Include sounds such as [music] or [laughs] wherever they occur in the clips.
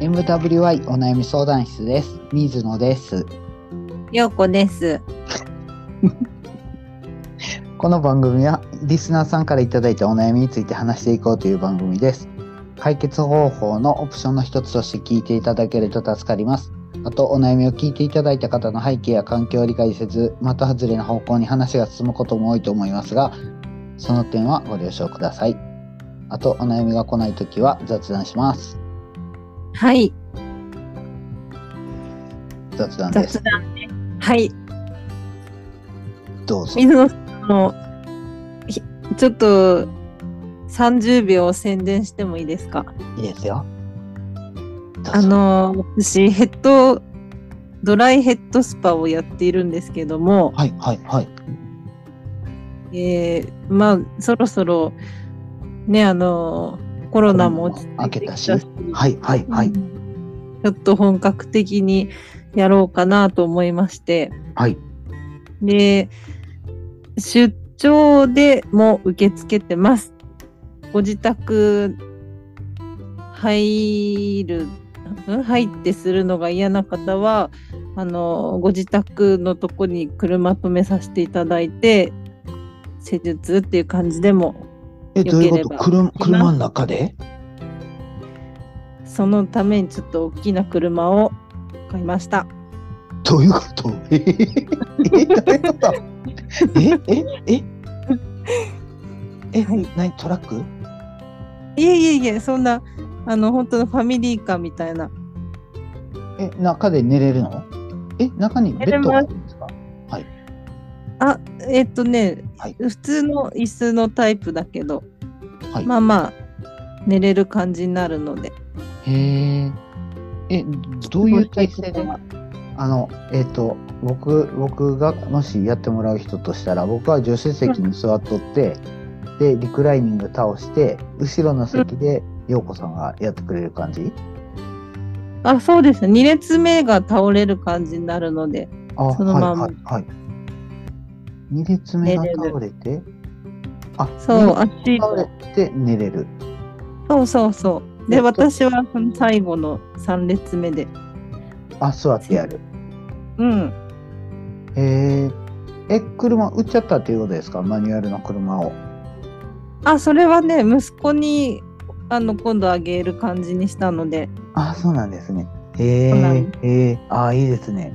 MWI お悩み相談室です。水野です。ようこです。この番組はリスナーさんからいただいたお悩みについて話していこうという番組です。解決方法のオプションの一つとして聞いていただけると助かります。あと、お悩みを聞いていただいた方の背景や環境を理解せず、的外れな方向に話が進むことも多いと思いますが、その点はご了承ください。あと、お悩みが来ないときは雑談します。はい、雑談です雑。談ね。はい、どうぞ。水野さんの、ひちょっと、30秒宣伝してもいいですかいいですよ。どうぞあ、の、私、ヘッド、ドライヘッドスパをやっているんですけども、はいはいはい。えー、まあ、そろそろ、ね、あの、コロナも落ち着いてきた明けはいはいはい。ちょっと本格的にやろうかなと思いまして、はい。で、出張でも受け付けてます。ご自宅入る、ん入ってするのが嫌な方は、あの、ご自宅のとこに車止めさせていただいて、施術っていう感じでも、え、ければどういうこと車ます車の中でそのためにちょっと大きな車を買いました。どういうこと [laughs] えへへへえ、どういうことえ、え、ええ、はい何トラックいえいえいえ、そんな、あの、本当のファミリーカーみたいな。え、中で寝れるのえ、中にベッドがあるんですかあ、えっとね、はい普通の椅子のタイプだけど、はいまあまあ、寝れる感じになるので。へえ。え、どういう体勢ではあの、えっ、と、僕、僕がもしやってもらう人としたら、僕は助手席に座っとって、で、リクライニング倒して、後ろの席で、陽子さんがやってくれる感じあ、そうですね。2列目が倒れる感じになるので。あ、そのまんまはいはい、はい。二列目が倒れて、あ、そ二う、列足目が倒れて寝れる。そうそうそう。えで、っと私はその最後の3列目で。あ、座ってやる。うん。へえ。え、車売っちゃったっていうことですかマニュアルの車を。あ、それはね、息子に、あの、今度あげる感じにしたので。あ、そうなんですね。へそうなんえ。へえ。あ、いいですね。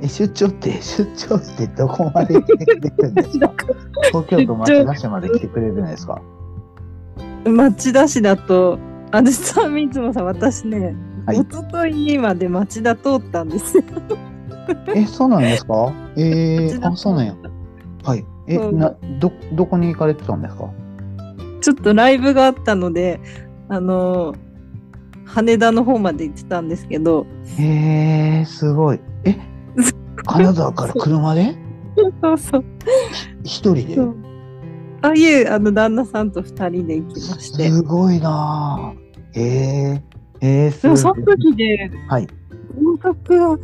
え、出張って、 [laughs] 出張ってどこまで来てくれるんです [laughs] か東京都町田市まで来てくれるんですか町田市だと、あ、実は水野さん、私ね、はい一昨日まで町田通ったんですよ。え、そうなんですかええ。あ、そうなんや。はい。え、うんな、ど、どこに行かれてたんですかちょっとライブがあったので、あのー羽田の方まで行ってたんですけど、へえ、すごい。え、 [laughs] 金沢から車でそうそう一人でそう。ああいう、あの、旦那さんと二人で行きまして。すごいなぁ。へえ、へえ、すごでも、い。その時で、はい。合格は、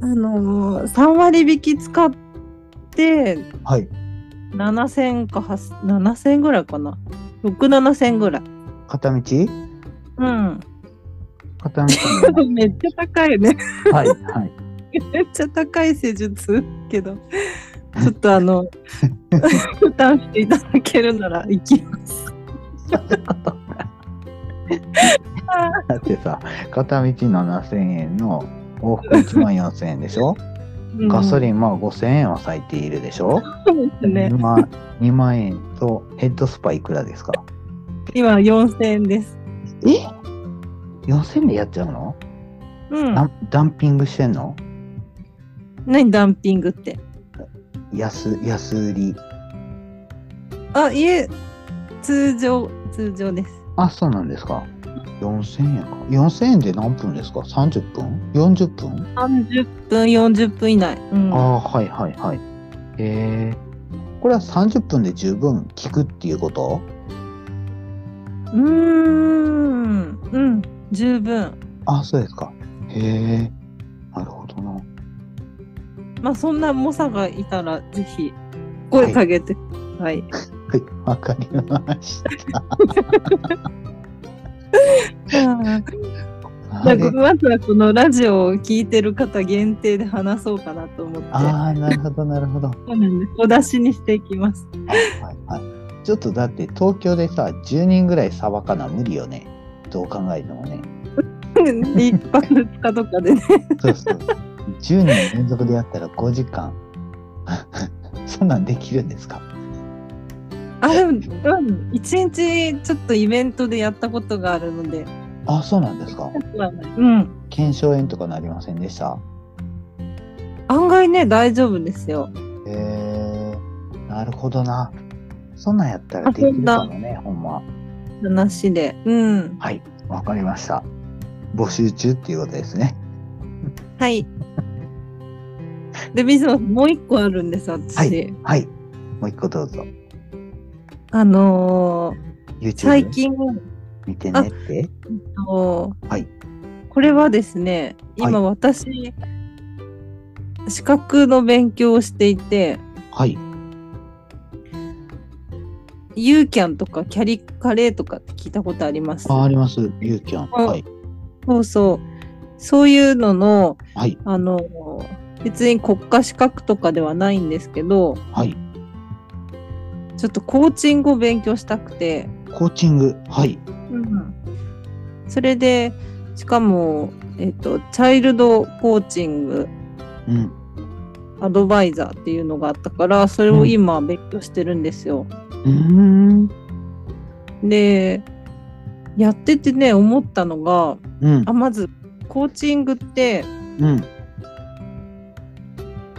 あのー、3割引き使って、はい。 7000か8、7000ぐらいかな。6、7000ぐらい。片道うん。片道。 [laughs] めっちゃ高いね。はい、はい。めっちゃ高い施術けど、ちょっとあの、負担していただけるなら行きます。だってさ、片道7000円の往復1万4000円でしょガソリンまあ5000円は最低いるでしょンですね2。万 ,2 万円とヘッドスパいくらですか今4000円です。え ?4000 円でやっちゃうの、うんダ。ンダンピングしてんの何ダンピングって。安、安売り。あ、いえ、通常、通常です。あ、そうなんですか。4000円か。4000円で何分ですか ?30 分 ?40 分、 30分、40分以内。うん。ああ、はいはいはい。えー、これは30分で十分効くっていうことうーん。うん。十分。あ、そうですか。へえ、なるほどな。まあ、そんな猛者がいたら、ぜひ、声かけてください。はい、わかりました。うんじゃあ、まずはこのラジオを聞いてる方限定で話そうかなと思って、ああ、なるほど、なるほど。そうなんです。お出しにしていきます。 [laughs] はいはいはい。ちょっとだって東京でさ、10人ぐらいさばかな無理よね。どう考えてもね。一般2日とかでね。そうそう。10人連続でやったら5時間。 [laughs] そんなんできるんですかあ、でも、うん一日ちょっとイベントでやったことがあるので、あ、そうなんですか。うん。腱鞘炎とかなりませんでした案外ね、大丈夫ですよ。へえなるほどな。そんなんやったらできるかもね、ほんま。話で。うん。はい、わかりました。募集中っていうことですね。はい。で、水野さんもう一個あるんです、私。はい、はい。もう一個どうぞ。あのー YouTube 最近、見てねって。あのはいこれはですね今私、資格の勉強をしていてはい。ユーキャンとかキャリカレーとかって聞いたことありますあ、あります。ゆうきゃん。あはい。そうそうそういうののはい。あの別に国家資格とかではないんですけどはい。ちょっとコーチングを勉強したくて、コーチング。はい。それでしかも、えっとチャイルドコーチングうん。アドバイザーっていうのがあったからそれを今勉強してるんですよ。うーん。でやっててね思ったのがうんあ。まずコーチングってうん。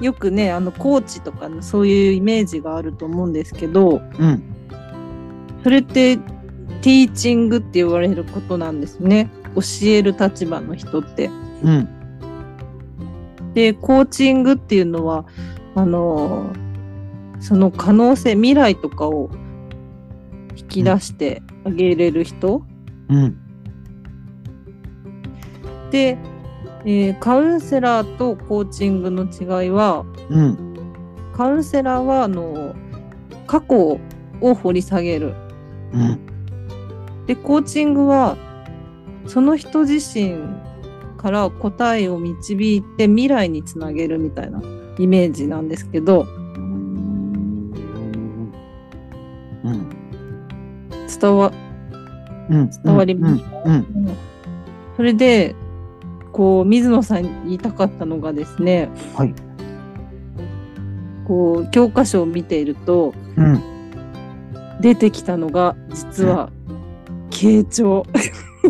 よくねあのコーチとかのそういうイメージがあると思うんですけどうん。それってティーチングって言われることなんですね教える立場の人って。うん。でコーチングっていうのはあのその可能性未来とかを引き出してあげれる人、うん。で、えーカウンセラーとコーチングの違いはうん。カウンセラーはあの過去を掘り下げるうん。でコーチングはその人自身から答えを導いて未来につなげるみたいなイメージなんですけどうん。うん。伝わうん。伝わりますうん。うん。それでこう水野さんに言いたかったのがですね、はいこう教科書を見ているとうん。出てきたのが実は傾聴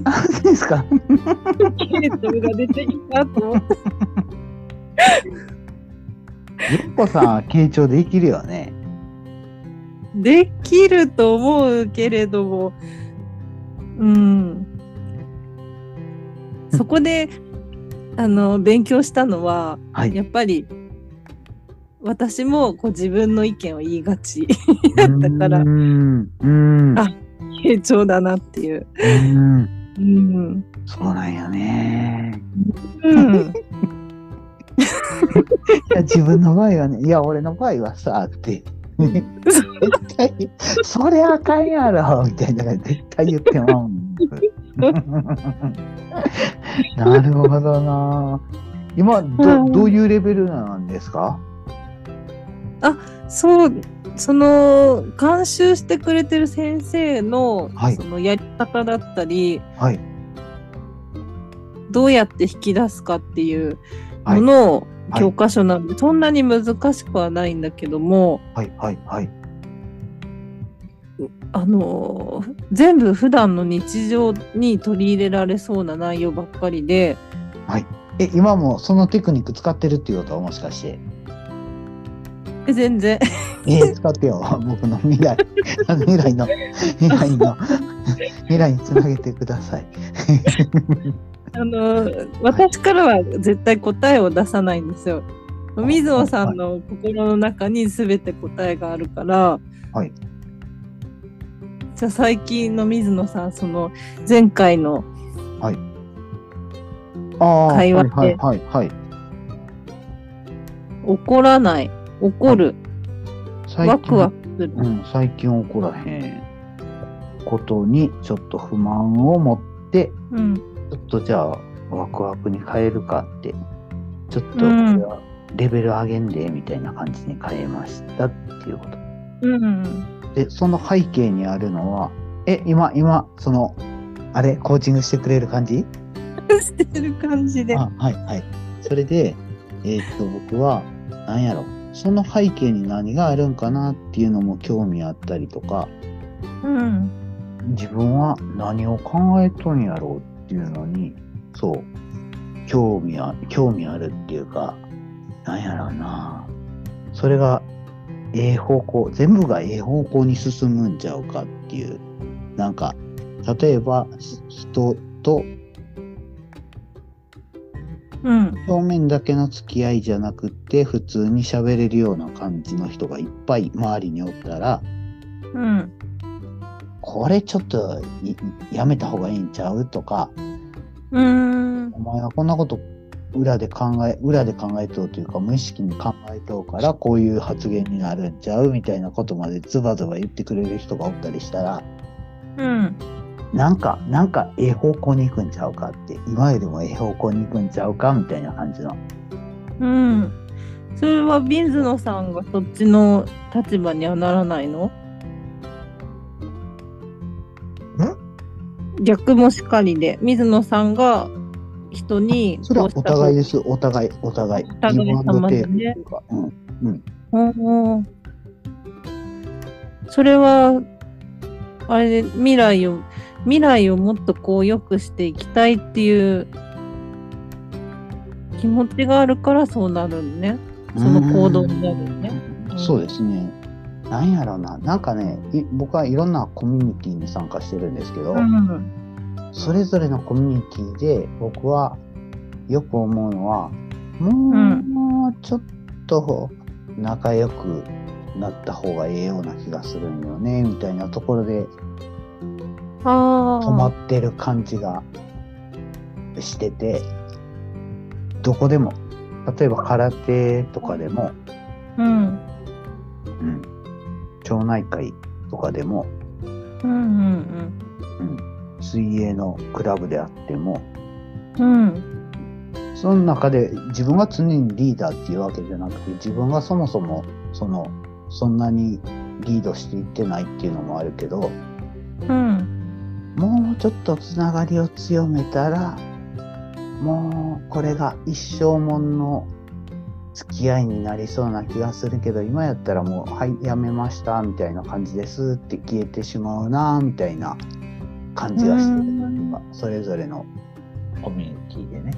あ、そうですか。傾聴が出てきたと思ってゆっこさんは傾聴できるよね。できると思うけれどもうんそこであの勉強したのははい。やっぱり私もこう自分の意見を言いがちだったからうん。うん。あ傾聴だなっていう。うん。うんそうなんやね。うん、いや自分の場合はね、いや、俺の場合はさ、って。絶対、それあかんやろ、みたいなのが絶対言ってまうんです。なるほどな。今ど、どういうレベルなんですかそうその監修してくれてる先生の,、はいそのやり方だったりはい。どうやって引き出すかっていうはもい。のをはい教科書なんで、そんなに難しくはないんだけどもはい。はい。はい。あのー全部普段の日常に取り入れられそうな内容ばっかりでえ、今もそのテクニック使ってるっていうことはもしかして。え全然 [laughs] えー、使ってよ、僕の未来。未来の、未来の、未来につなげてください。あのー私からは絶対答えを出さないんですよ。い水野さんの心の中に全て答えがあるから、はいじゃあ最近の水野さんその前回のああ、はい会は話いではいはい。怒らない怒る、最ワクワクする、うん、最近起こらへんことにちょっと不満を持って、うん、ちょっとじゃあワクワクに変えるかってちょっとこれはレベル上げんでみたいな感じに変えましたっていうこと。うん。でその背景にあるのはえ今今そのあれコーチングしてくれる感じしてる感じで。あはいはい。それで、えーっと僕は何やろその背景に何があるんかなっていうのも興味あったりとかうん。自分は何を考えとんやろうっていうのにそう興味あ興味あるっていうかなんやろうなそれがええ方向全部がええ方向に進むんちゃうかっていうなんか例えばし人とうん。表面だけの付き合いじゃなくって普通に喋れるような感じの人がいっぱい周りにおったらうん。これちょっといやめた方がいいんちゃうとかうん。お前はこんなこと裏で考え、裏で考えとうというか、無意識に考えとうから、こういう発言になるんちゃうみたいなことまでズバズバ言ってくれる人がおったりしたら、うん。なんか、なんか、ええ方向に行くんちゃうかって、今よりもええ方向に行くんちゃうかみたいな感じの。うん。それはビンズノさんがそっちの立場にはならないの逆もしかりで、水野さんが人にそれはこうおした方互いです。お互い、お互い。お互い様自分のテーマでねというか、うん。おーそれは、あれで未来を、未来をもっとこう良くしていきたいっていう気持ちがあるからそうなるのね。その行動になるよね。うんそうですね。なんやろうな。なんかね、い僕はいろんなコミュニティに参加してるんですけど、うん。それぞれのコミュニティで僕はよく思うのはんもうちょっと仲良くなった方がええような気がするんよねみたいなところでああ。止まってる感じがしててどこでも例えば空手とかでも、うん。うん、町内会とかでも、ううんん、水泳のクラブであってもうんうん。うん。その中で自分が常にリーダーっていうわけじゃなくて自分がそもそもそのそんなにリードしていってないっていうのもあるけどうん。もうちょっとつながりを強めたらもうこれが一生もんの付き合いになりそうな気がするけど今やったらもう「はいやめました」みたいな感じですって消えてしまうなみたいな感じがしてる今それぞれのコミュニティでね。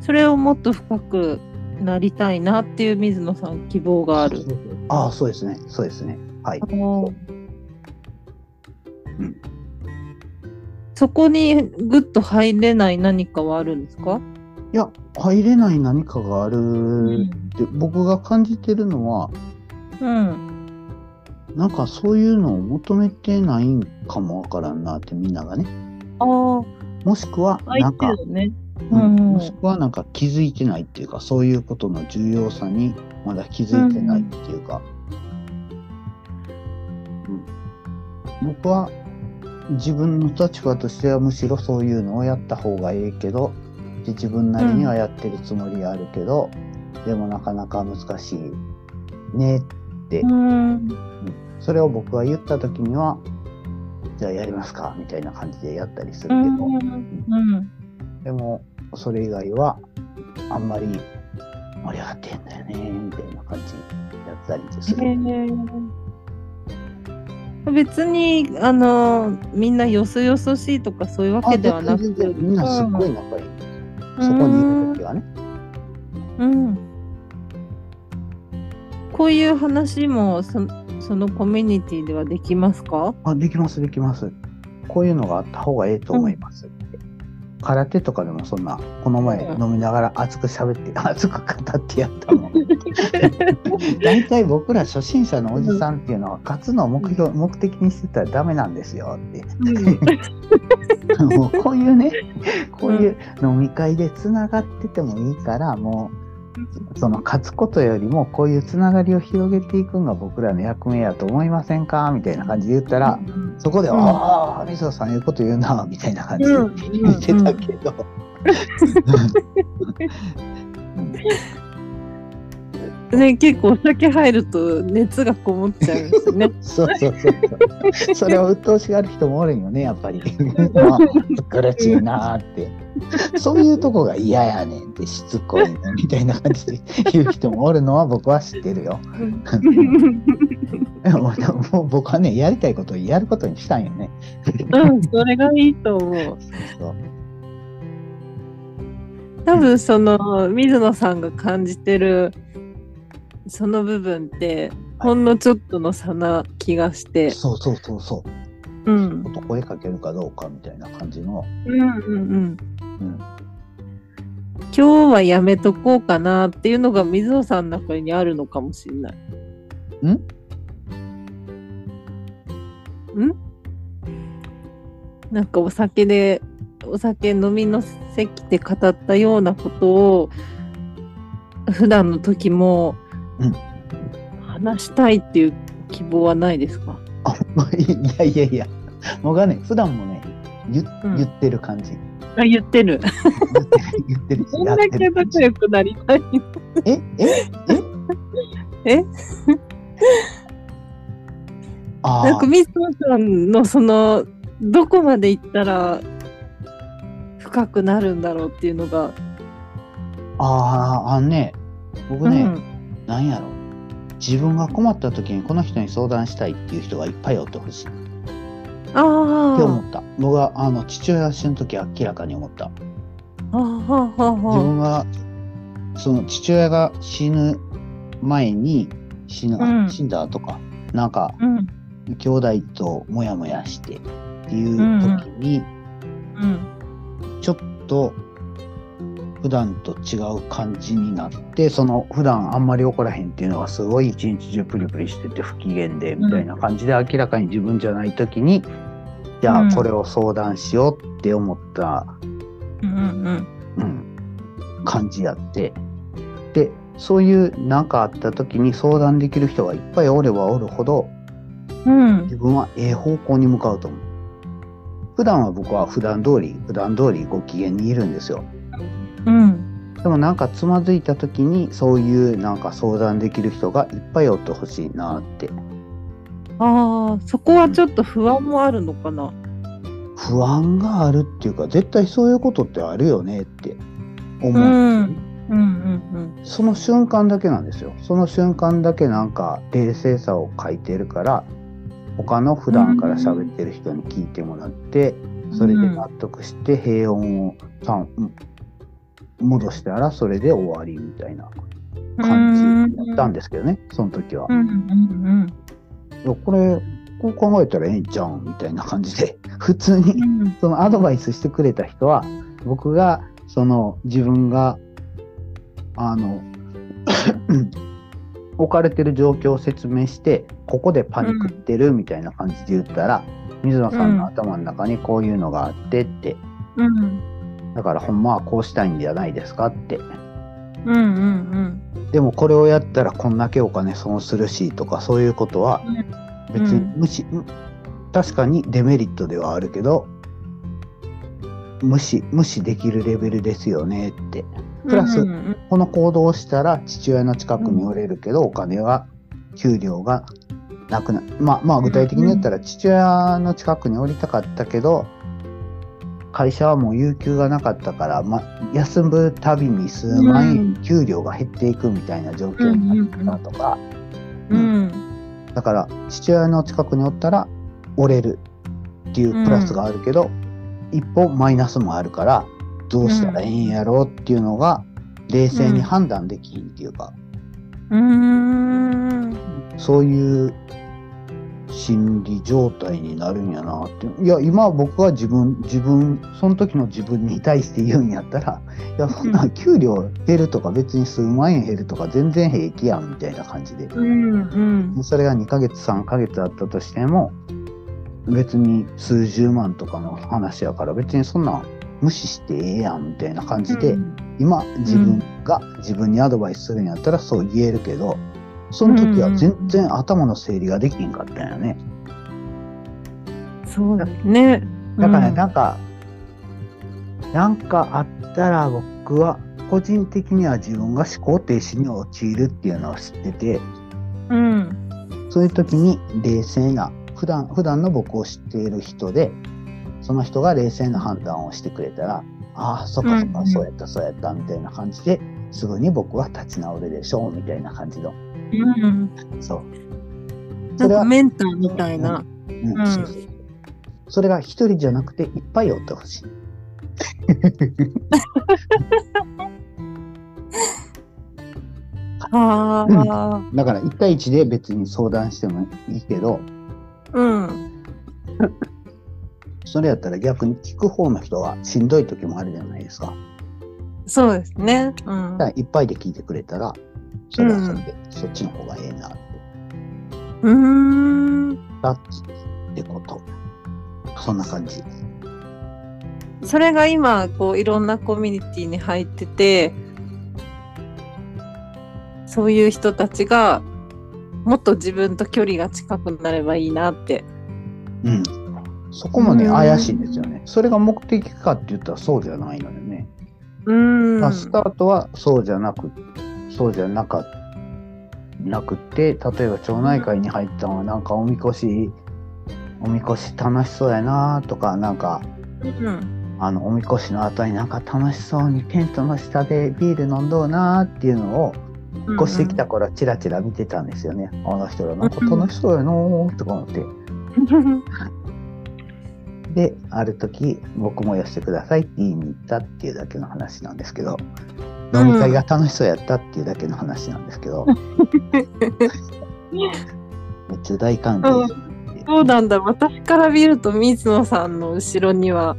それをもっと深くなりたいなっていう水野さん希望がある。。ああ、そうですね。そうですね。はいあ。のうんそこにグッと入れない何かはあるんですか、いや、入れない何かがあうるって、僕が感じてるのは、うん。なんかそういうのを求めてないんかもわからんなってみんながね。あもしくは、あ、相なん手か、だね。ううんんもしくはなんか気づいてないっていうか、そういうことの重要さにまだ気づいてないっていうか、うん僕は自分の立場としてはむしろそういうのをやった方がいいけど、で自分なりにはやってるつもりはあるけど、でもなかなか難しいねって、うん。それを僕が言った時には、じゃあやりますかみたいな感じでやったりするけうど、ん。うん。でも、それ以外は、あんまり盛り上がってんだよね、みたいな感じだったりする。別にあのみんなよそよそしいとかそういうわけではなく全然みんなすっごい仲いい。そこにいる時はね。うん、こういう話もそそのコミュニティではできますかあ、できます、できます。こういうのがあった方がええと思います。空手とかでもそんな、この前うん飲みながら熱く喋って、 [laughs] 熱く語ってやったもん。大体僕ら初心者のおじさんっていうのは、勝つのを目標、目的にしてたらダメなんですよって。もうこういうね、こういう飲み会でつながっててもいいから、もうその勝つことよりもこういうつながりを広げていくんが僕らの役目やと思いませんかみたいな感じで言ったら、そこでは、うんああ、みそさん、いうこと言うな、みたいな感じでうんうん言ってたけど。ね、結構お酒入ると熱がこもっちゃうんですね。そうそうそうそう。それを鬱陶しがる人もおるんよね、やっぱり。まあ、苦しいなーって。そういうとこが嫌やねんって、しつこいねみたいな感じで言う人もおるのは僕は知ってるよ。もうもう僕はね、やりたいことをやることにしたんよね。うん、それがいいと思う。そう多分その水野さんが感じてるその部分ってほんのちょっとの差な気がして。そうそうそうそう。うん。ちょっと声かけるかどうかみたいな感じの。うんうんうん。うん、今日はやめとこうかなっていうのが水野さんの中にあるのかもしれない。んんなんかお酒でお酒飲みの席で語ったようなことを普段の時もうん話したいっていう希望はないですか、あもういやいやいや、僕はね、普段もね、言,、うん言ってる感じ。あ言ってる。言ってるしどんやっだてける感じ仲良くなりたいえええ [laughs] え [laughs] あなんかー水野さんのそのどこまで行ったら深くなるんだろうっていうのが、あーあのね僕うね、んなんやろ自分が困った時にこの人に相談したいっていう人がいっぱいおってほしいって思あった僕はあの父親が死ぬ時明らかに思ったあああは自あは分がその父親が死ぬ前に死ぬ、うん死んだとかなんかあうん兄弟とモヤモヤしてっていう時に、うんちょっと普段と違う感じになってその普段あんまり怒らへんっていうのがすごい一日中プリプリしてて不機嫌でみたいな感じで明らかに自分じゃない時に、じゃうあんこれを相談しようって思った、うんうんうん、感じやってでそういう何かあった時に相談できる人がいっぱいおればおるほどうん自分はええ方向に向かうと思う。普段は僕は普段通り普段通りご機嫌にいるんですよ。うんでもなんかつまずいた時にそういうなんか相談できる人がいっぱいおってほしいなってああそこはちょっと不安もあるのかな不安があるっていうか絶対そういうことってあるよねって思う、うんうんその瞬間だけなんですよその瞬間だけなんか冷静さを欠いてるから他の普段から喋ってる人に聞いてもらってうんそれで納得して平穏をたん戻したらそれで終わりみたいな感じだったんですけどねその時はう。んうんいやこれこう考えたらええんちゃうんみたいな感じで [laughs] 普通うんにうんそのアドバイスしてくれた人は僕がその自分があの [coughs] 置かれてる状況を説明してここでパニクってるみたいな感じで言ったら、水野さんの頭の中にこういうのがあってってうんだからほんまはこうしたいんじゃないですかってうんうんでもこれをやったらこんだけお金損するしとかそういうことは別にう無視、うん確かにデメリットではあるけど無視無視できるレベルですよねってプラスうんうんこの行動をしたら父親の近くにおれるけど、お金は給料がなくなまあまあ具体的に言ったら父親の近くにおりたかったけど会社はもう有給がなかったから、ま、休むたびに数万円給料が減っていくみたいな状況になったとか、うんだから父親の近くにおったら折れるっていうプラスがあるけど、一方マイナスもあるからどうしたらええんやろうっていうのが冷静に判断できひんっていうか、うんそういう心理状態になるんやなっていや今僕は自分自分その時の自分に対して言うんやったらいやそんなうん給料減るとか別に数万円減るとか全然平気やんみたいな感じでうんうんそれが2ヶ月3ヶ月あったとしても別に数十万とかの話やから別にそんなん無視してええやんみたいな感じうで、ん今自分が自分にアドバイスするんやったらそう言えるけど、その時は全然頭の整理ができへんかったんよね。そうだね。だからね、うんなんか、なんかあったら僕は個人的には自分が思考停止に陥るっていうのを知ってて、うん。そういう時に冷静な、普段、普段の僕を知っている人で、その人が冷静な判断をしてくれたら、ああ、そっかそっうんうか、んそうやった、そうやった、みたいな感じで、すぐに僕は立ち直るでしょう、みたいな感じの。うん。そう。なそんれはかメンターみたいな。うんうんそうそうそれが一人じゃなくて、いっぱいおってほしい。ああ。だから、1対1で別に相談してもいいけど、うん。それやったら逆に聞く方の人はしんどい時もあるじゃないですか。そうですね。うんだか。らいっぱいで聞いてくれたら、それはそれで、そっちの方がええなって。うーん。だってこと。そんな感じ。それが今、こう、いろんなコミュニティに入ってて、そういう人たちが、もっと自分と距離が近くなればいいなって。うん。そこもね、うん怪しいんですよね。それが目的かって言ったらそうじゃないのよね。うーん。まあスタートはそうじゃなく、そうじゃなかなくて、例えば町内会に入ったのはなんかおみこし、おみこし楽しそうやなとか、なんか、うん。あの、おみこしの後になんか楽しそうにテントの下でビール飲んどうなっていうのを、引っ越してきた頃チラチラ見てたんですよね。あの人らなんか楽しそうやなーとか思って。うん。で、ある時僕も寄せてくださいって言いに行ったっていうだけの話なんですけど、飲み会が楽しそうやったっていうだけの話なんですけ [laughs] ど、めっちゃ大歓迎でそうなんだ。私から見ると、水野さんの後ろには、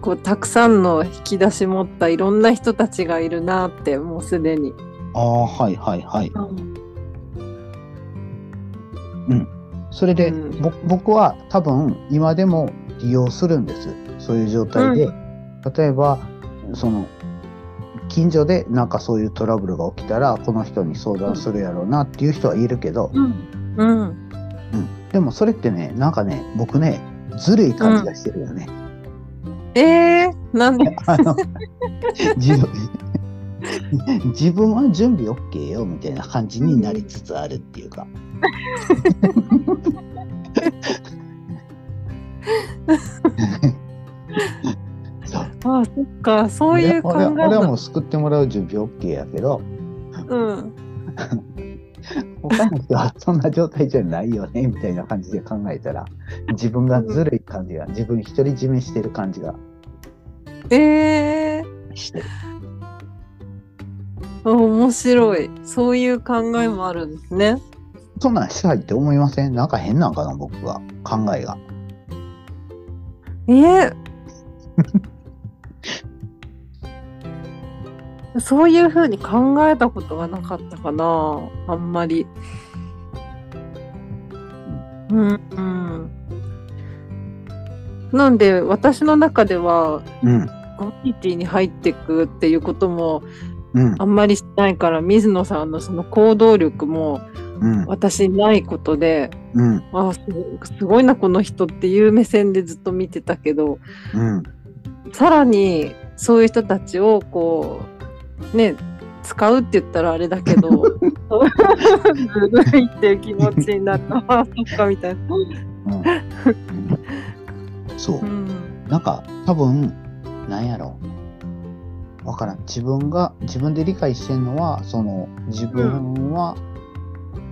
こう、たくさんの引き出し持ったいろんな人たちがいるなって、もうすでに。ああ、はいはいはい。それで、うんぼ僕は多分今でも利用するんですそういう状態で、う例えばその近所でなんかそういうトラブルが起きたらこの人に相談するやろうなっていう人はいるけど、うん。うん。うんでもそれってねなんかね僕ねずるい感じがしてるよね、えー、なんで、あの自分自分は準備 OK よみたいな感じになりつつあるっていうかそうあ、そっか、そういう考え俺は俺はもなう救ってもらう準備 OK やけどうん。他の人はそんな状態じゃないよねみたいな感じで考えたら自分がずるい感じが自分独り占めしてる感じがえー、して面白い。そういう考えもあるんですね。そんなんしたいって思いませんなんか変なんかな僕は考えが。え [laughs] ーそういうふうに考えたことがなかったかなあんまりうんうんなんで私の中ではうんコミュニティに入っていくっていうこともうんあんまりしないから水野さんのその行動力もうん私にないことでうんあすすごいなこの人っていう目線でずっと見てたけどうんさらにそういう人たちをこうね使うって言ったらあれだけどずるいっていう気持ちになったあそっかみたいな、、うんそううんなんか多分なんやろわからん自分が自分で理解してんのはその自分は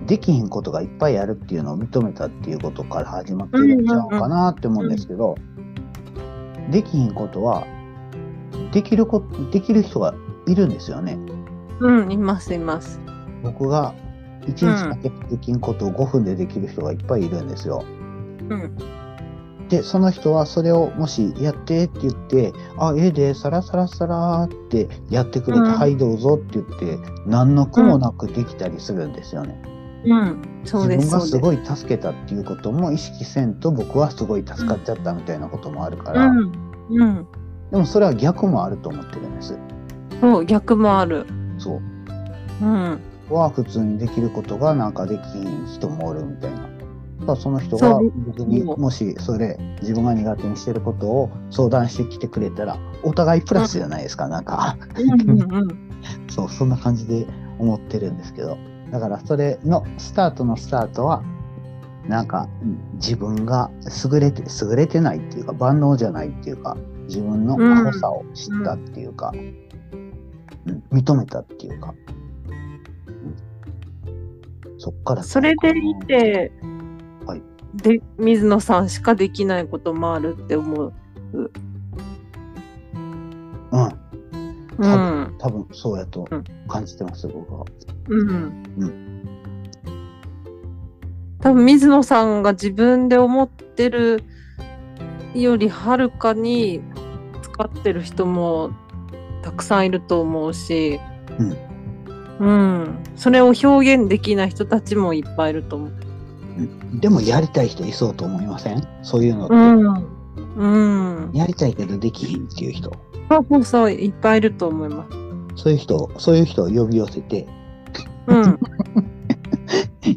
できひんことがいっぱいあるっていうのを認めたっていうことから始まってるんちゃうかなって思うんですけどできひんことはできるこできる人がいるんですよね。うん、いますいます僕が1日かけてできんことを5分でできる人がいっぱいいるんですよ。うんでその人はそれをもしやってって言って「あええでサラサラサラ」ってやってくれて「うんはいどうぞ」って言って何の苦もなくできたりするんですよね。うんそうで自す分がそすうですごい助けたっていうことも意識せんと僕はすごい助かっちゃったみたいなこともあるかうら、んうんでもそれは逆もあると思ってるんです。そう、逆もある。そう。うん。は普通にできることがなんかできひん人もおるみたいな。ただその人そがう僕にうんもしそれ自分が苦手にしてることを相談してきてくれたらお互いプラスじゃないですか、なんかうんうんうん。そうそんな感じで思ってるんですけどだからそれのスタートのスタートはなんかうん自分が優れて優れてないっていうか万能じゃないっていうか自分の過去さを知ったっていうか、うん認めたっていうか、うんそっから [laughs] それでいて、はいで、水野さんしかできないこともあるって思う。うんう多ん。多分そうやとうん感じてます、僕は。うん。う多分水野さんが自分で思ってるよりはるかに使ってる人もたくさんいると思うし、うん。それを表現できない人たちもいっぱいいると思う。うんでもやりたい人いそうと思いませんそういうのって、うん。うん。やりたいけどできひんっていう人そうそうそう、いっぱいいると思います。そういう人をそういう人を呼び寄せてうん。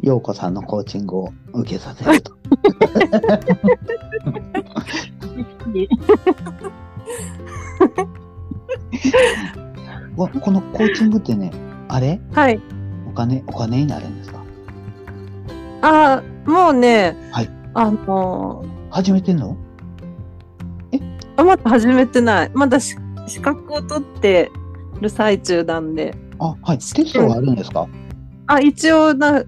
陽子さんのコーチングを受けさせるとわこのコーチングってねあれはい。お金お金になるんですかあー、もうね、はいあのー始めてんのあ、まだ始めてない。まだし資格を取ってる最中なんで。あはいテストがあるんですか、あ、一応な、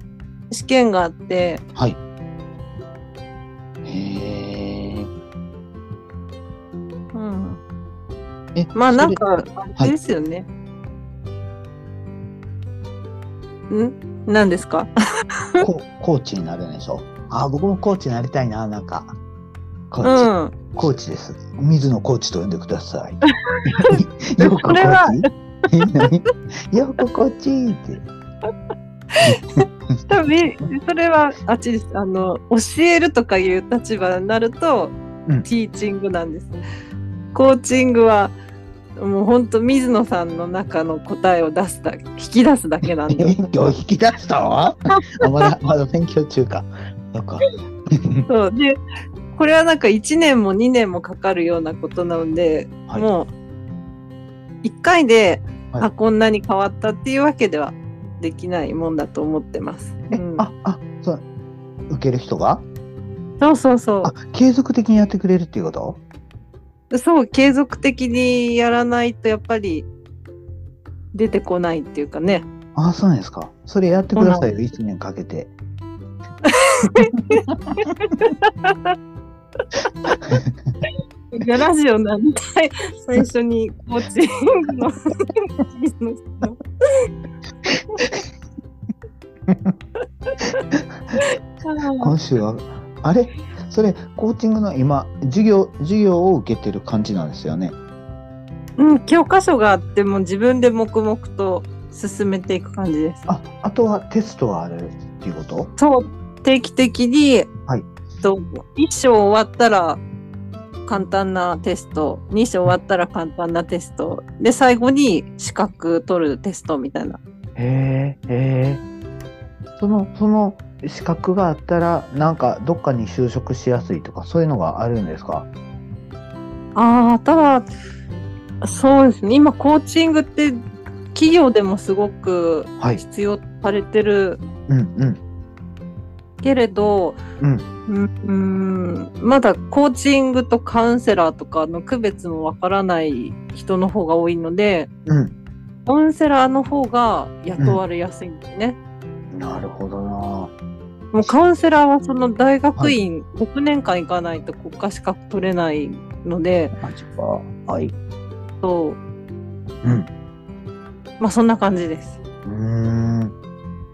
試験があって、はいへえうん。えまあそれなんか、あはいれですよね。ん何ですかココーチになるんでしょあ僕もコーチになりたいななんかコうーチ、ん。コーチです水野コーチと呼んでくださ [laughs] いでもこれはチえ何よくコーチって多分それはあっちですあの教えるとかいう立場になると、うんティーチングなんですコーチングはもう本当水野さんの中の答えを出すだけ引き出すだけなん [laughs] で勉強引き出したわあまだ [laughs] まだ勉強中かなんかそうでこれはなんか1年も2年もかかるようなことなので、はいもう1回で、はいあこんなに変わったっていうわけではできないもんだと思ってます。えうん、ああそう受ける人がそうそうそうあ継続的にやってくれるっていうことそう継続的にやらないとやっぱり出てこないっていうかねあそうなんですかそれやってくださいよ1年かけてラジオなんで最初にコーチン [laughs] グの [laughs] 今週はあれそれコーチングの今授業授業を受けてる感じなんですよねうん教科書があっても自分で黙々と進めていく感じですああとはテストはあるっていうことそう定期的に、はいと1章終わったら簡単なテスト2章終わったら簡単なテストで最後に資格取るテストみたいなへえへえそのその資格があったらなんかどっかに就職しやすいとかそういうのがあるんですかああただそうですね今コーチングって企業でもすごくはい必要とされてるうんうんけれど、うんうん、うんまだコーチングとカウンセラーとかの区別もわからない人の方が多いので、うんカウンセラーの方が雇われやすいんですね。なるほどなもうカウンセラーはその大学院6年間行かないと国家資格取れないので、マジかはいそううんまあそんな感じです。うーん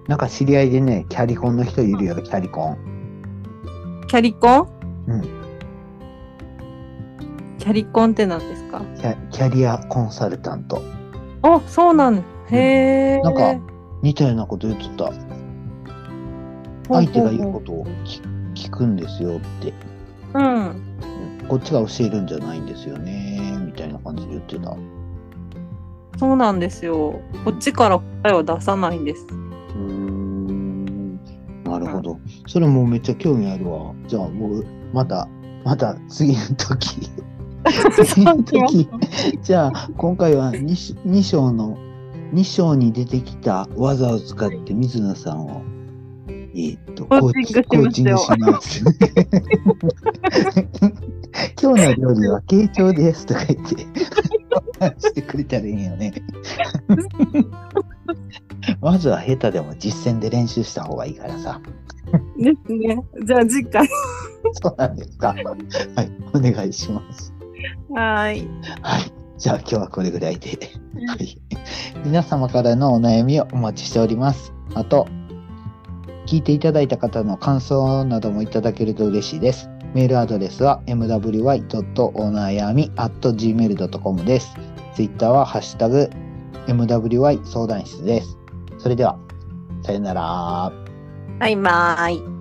なんか知り合いでねキャリコンの人いるよキャリコンキャリコンうんキャリコンって何ですかキャキャリアコンサルタントあ、そうなの。へえ。なんか似たようなこと言ってたほうほうほう、相手が言うことを聞聞くんですよってうん。こっちが教えるんじゃないんですよねみたいたいな感じで言ってた。うそうなんですよ。こっちから答えは出さないんです。 [laughs] ーん、なるほど。それもめっちゃ興味あるわ。じゃあもう、また、また次の時。次の時。 [laughs] じゃあ今回は 2, 2章の、2章に出てきた技を使って水野さんを、えっと、コーチングコーチングします。 [laughs] 今日の料理は慶長ですとか言って、してくれたらいいよね。 [laughs] まずは下手でも実践で練習した方がいいからさ。ですね。じゃあ次回。そうなんですか。はい、お願いします。はい。はい、 [laughs] じゃあ今日はこれぐらいで。はい、皆様からのお悩みをお待ちしております。あと、聞いていただいた方の感想などもいただけると嬉しいです。メールアドレスは mwy.onayami.gmail.com です。ツイッターはハッシュタグ mwy 相談室です。それでは、さよなら。バイバイ。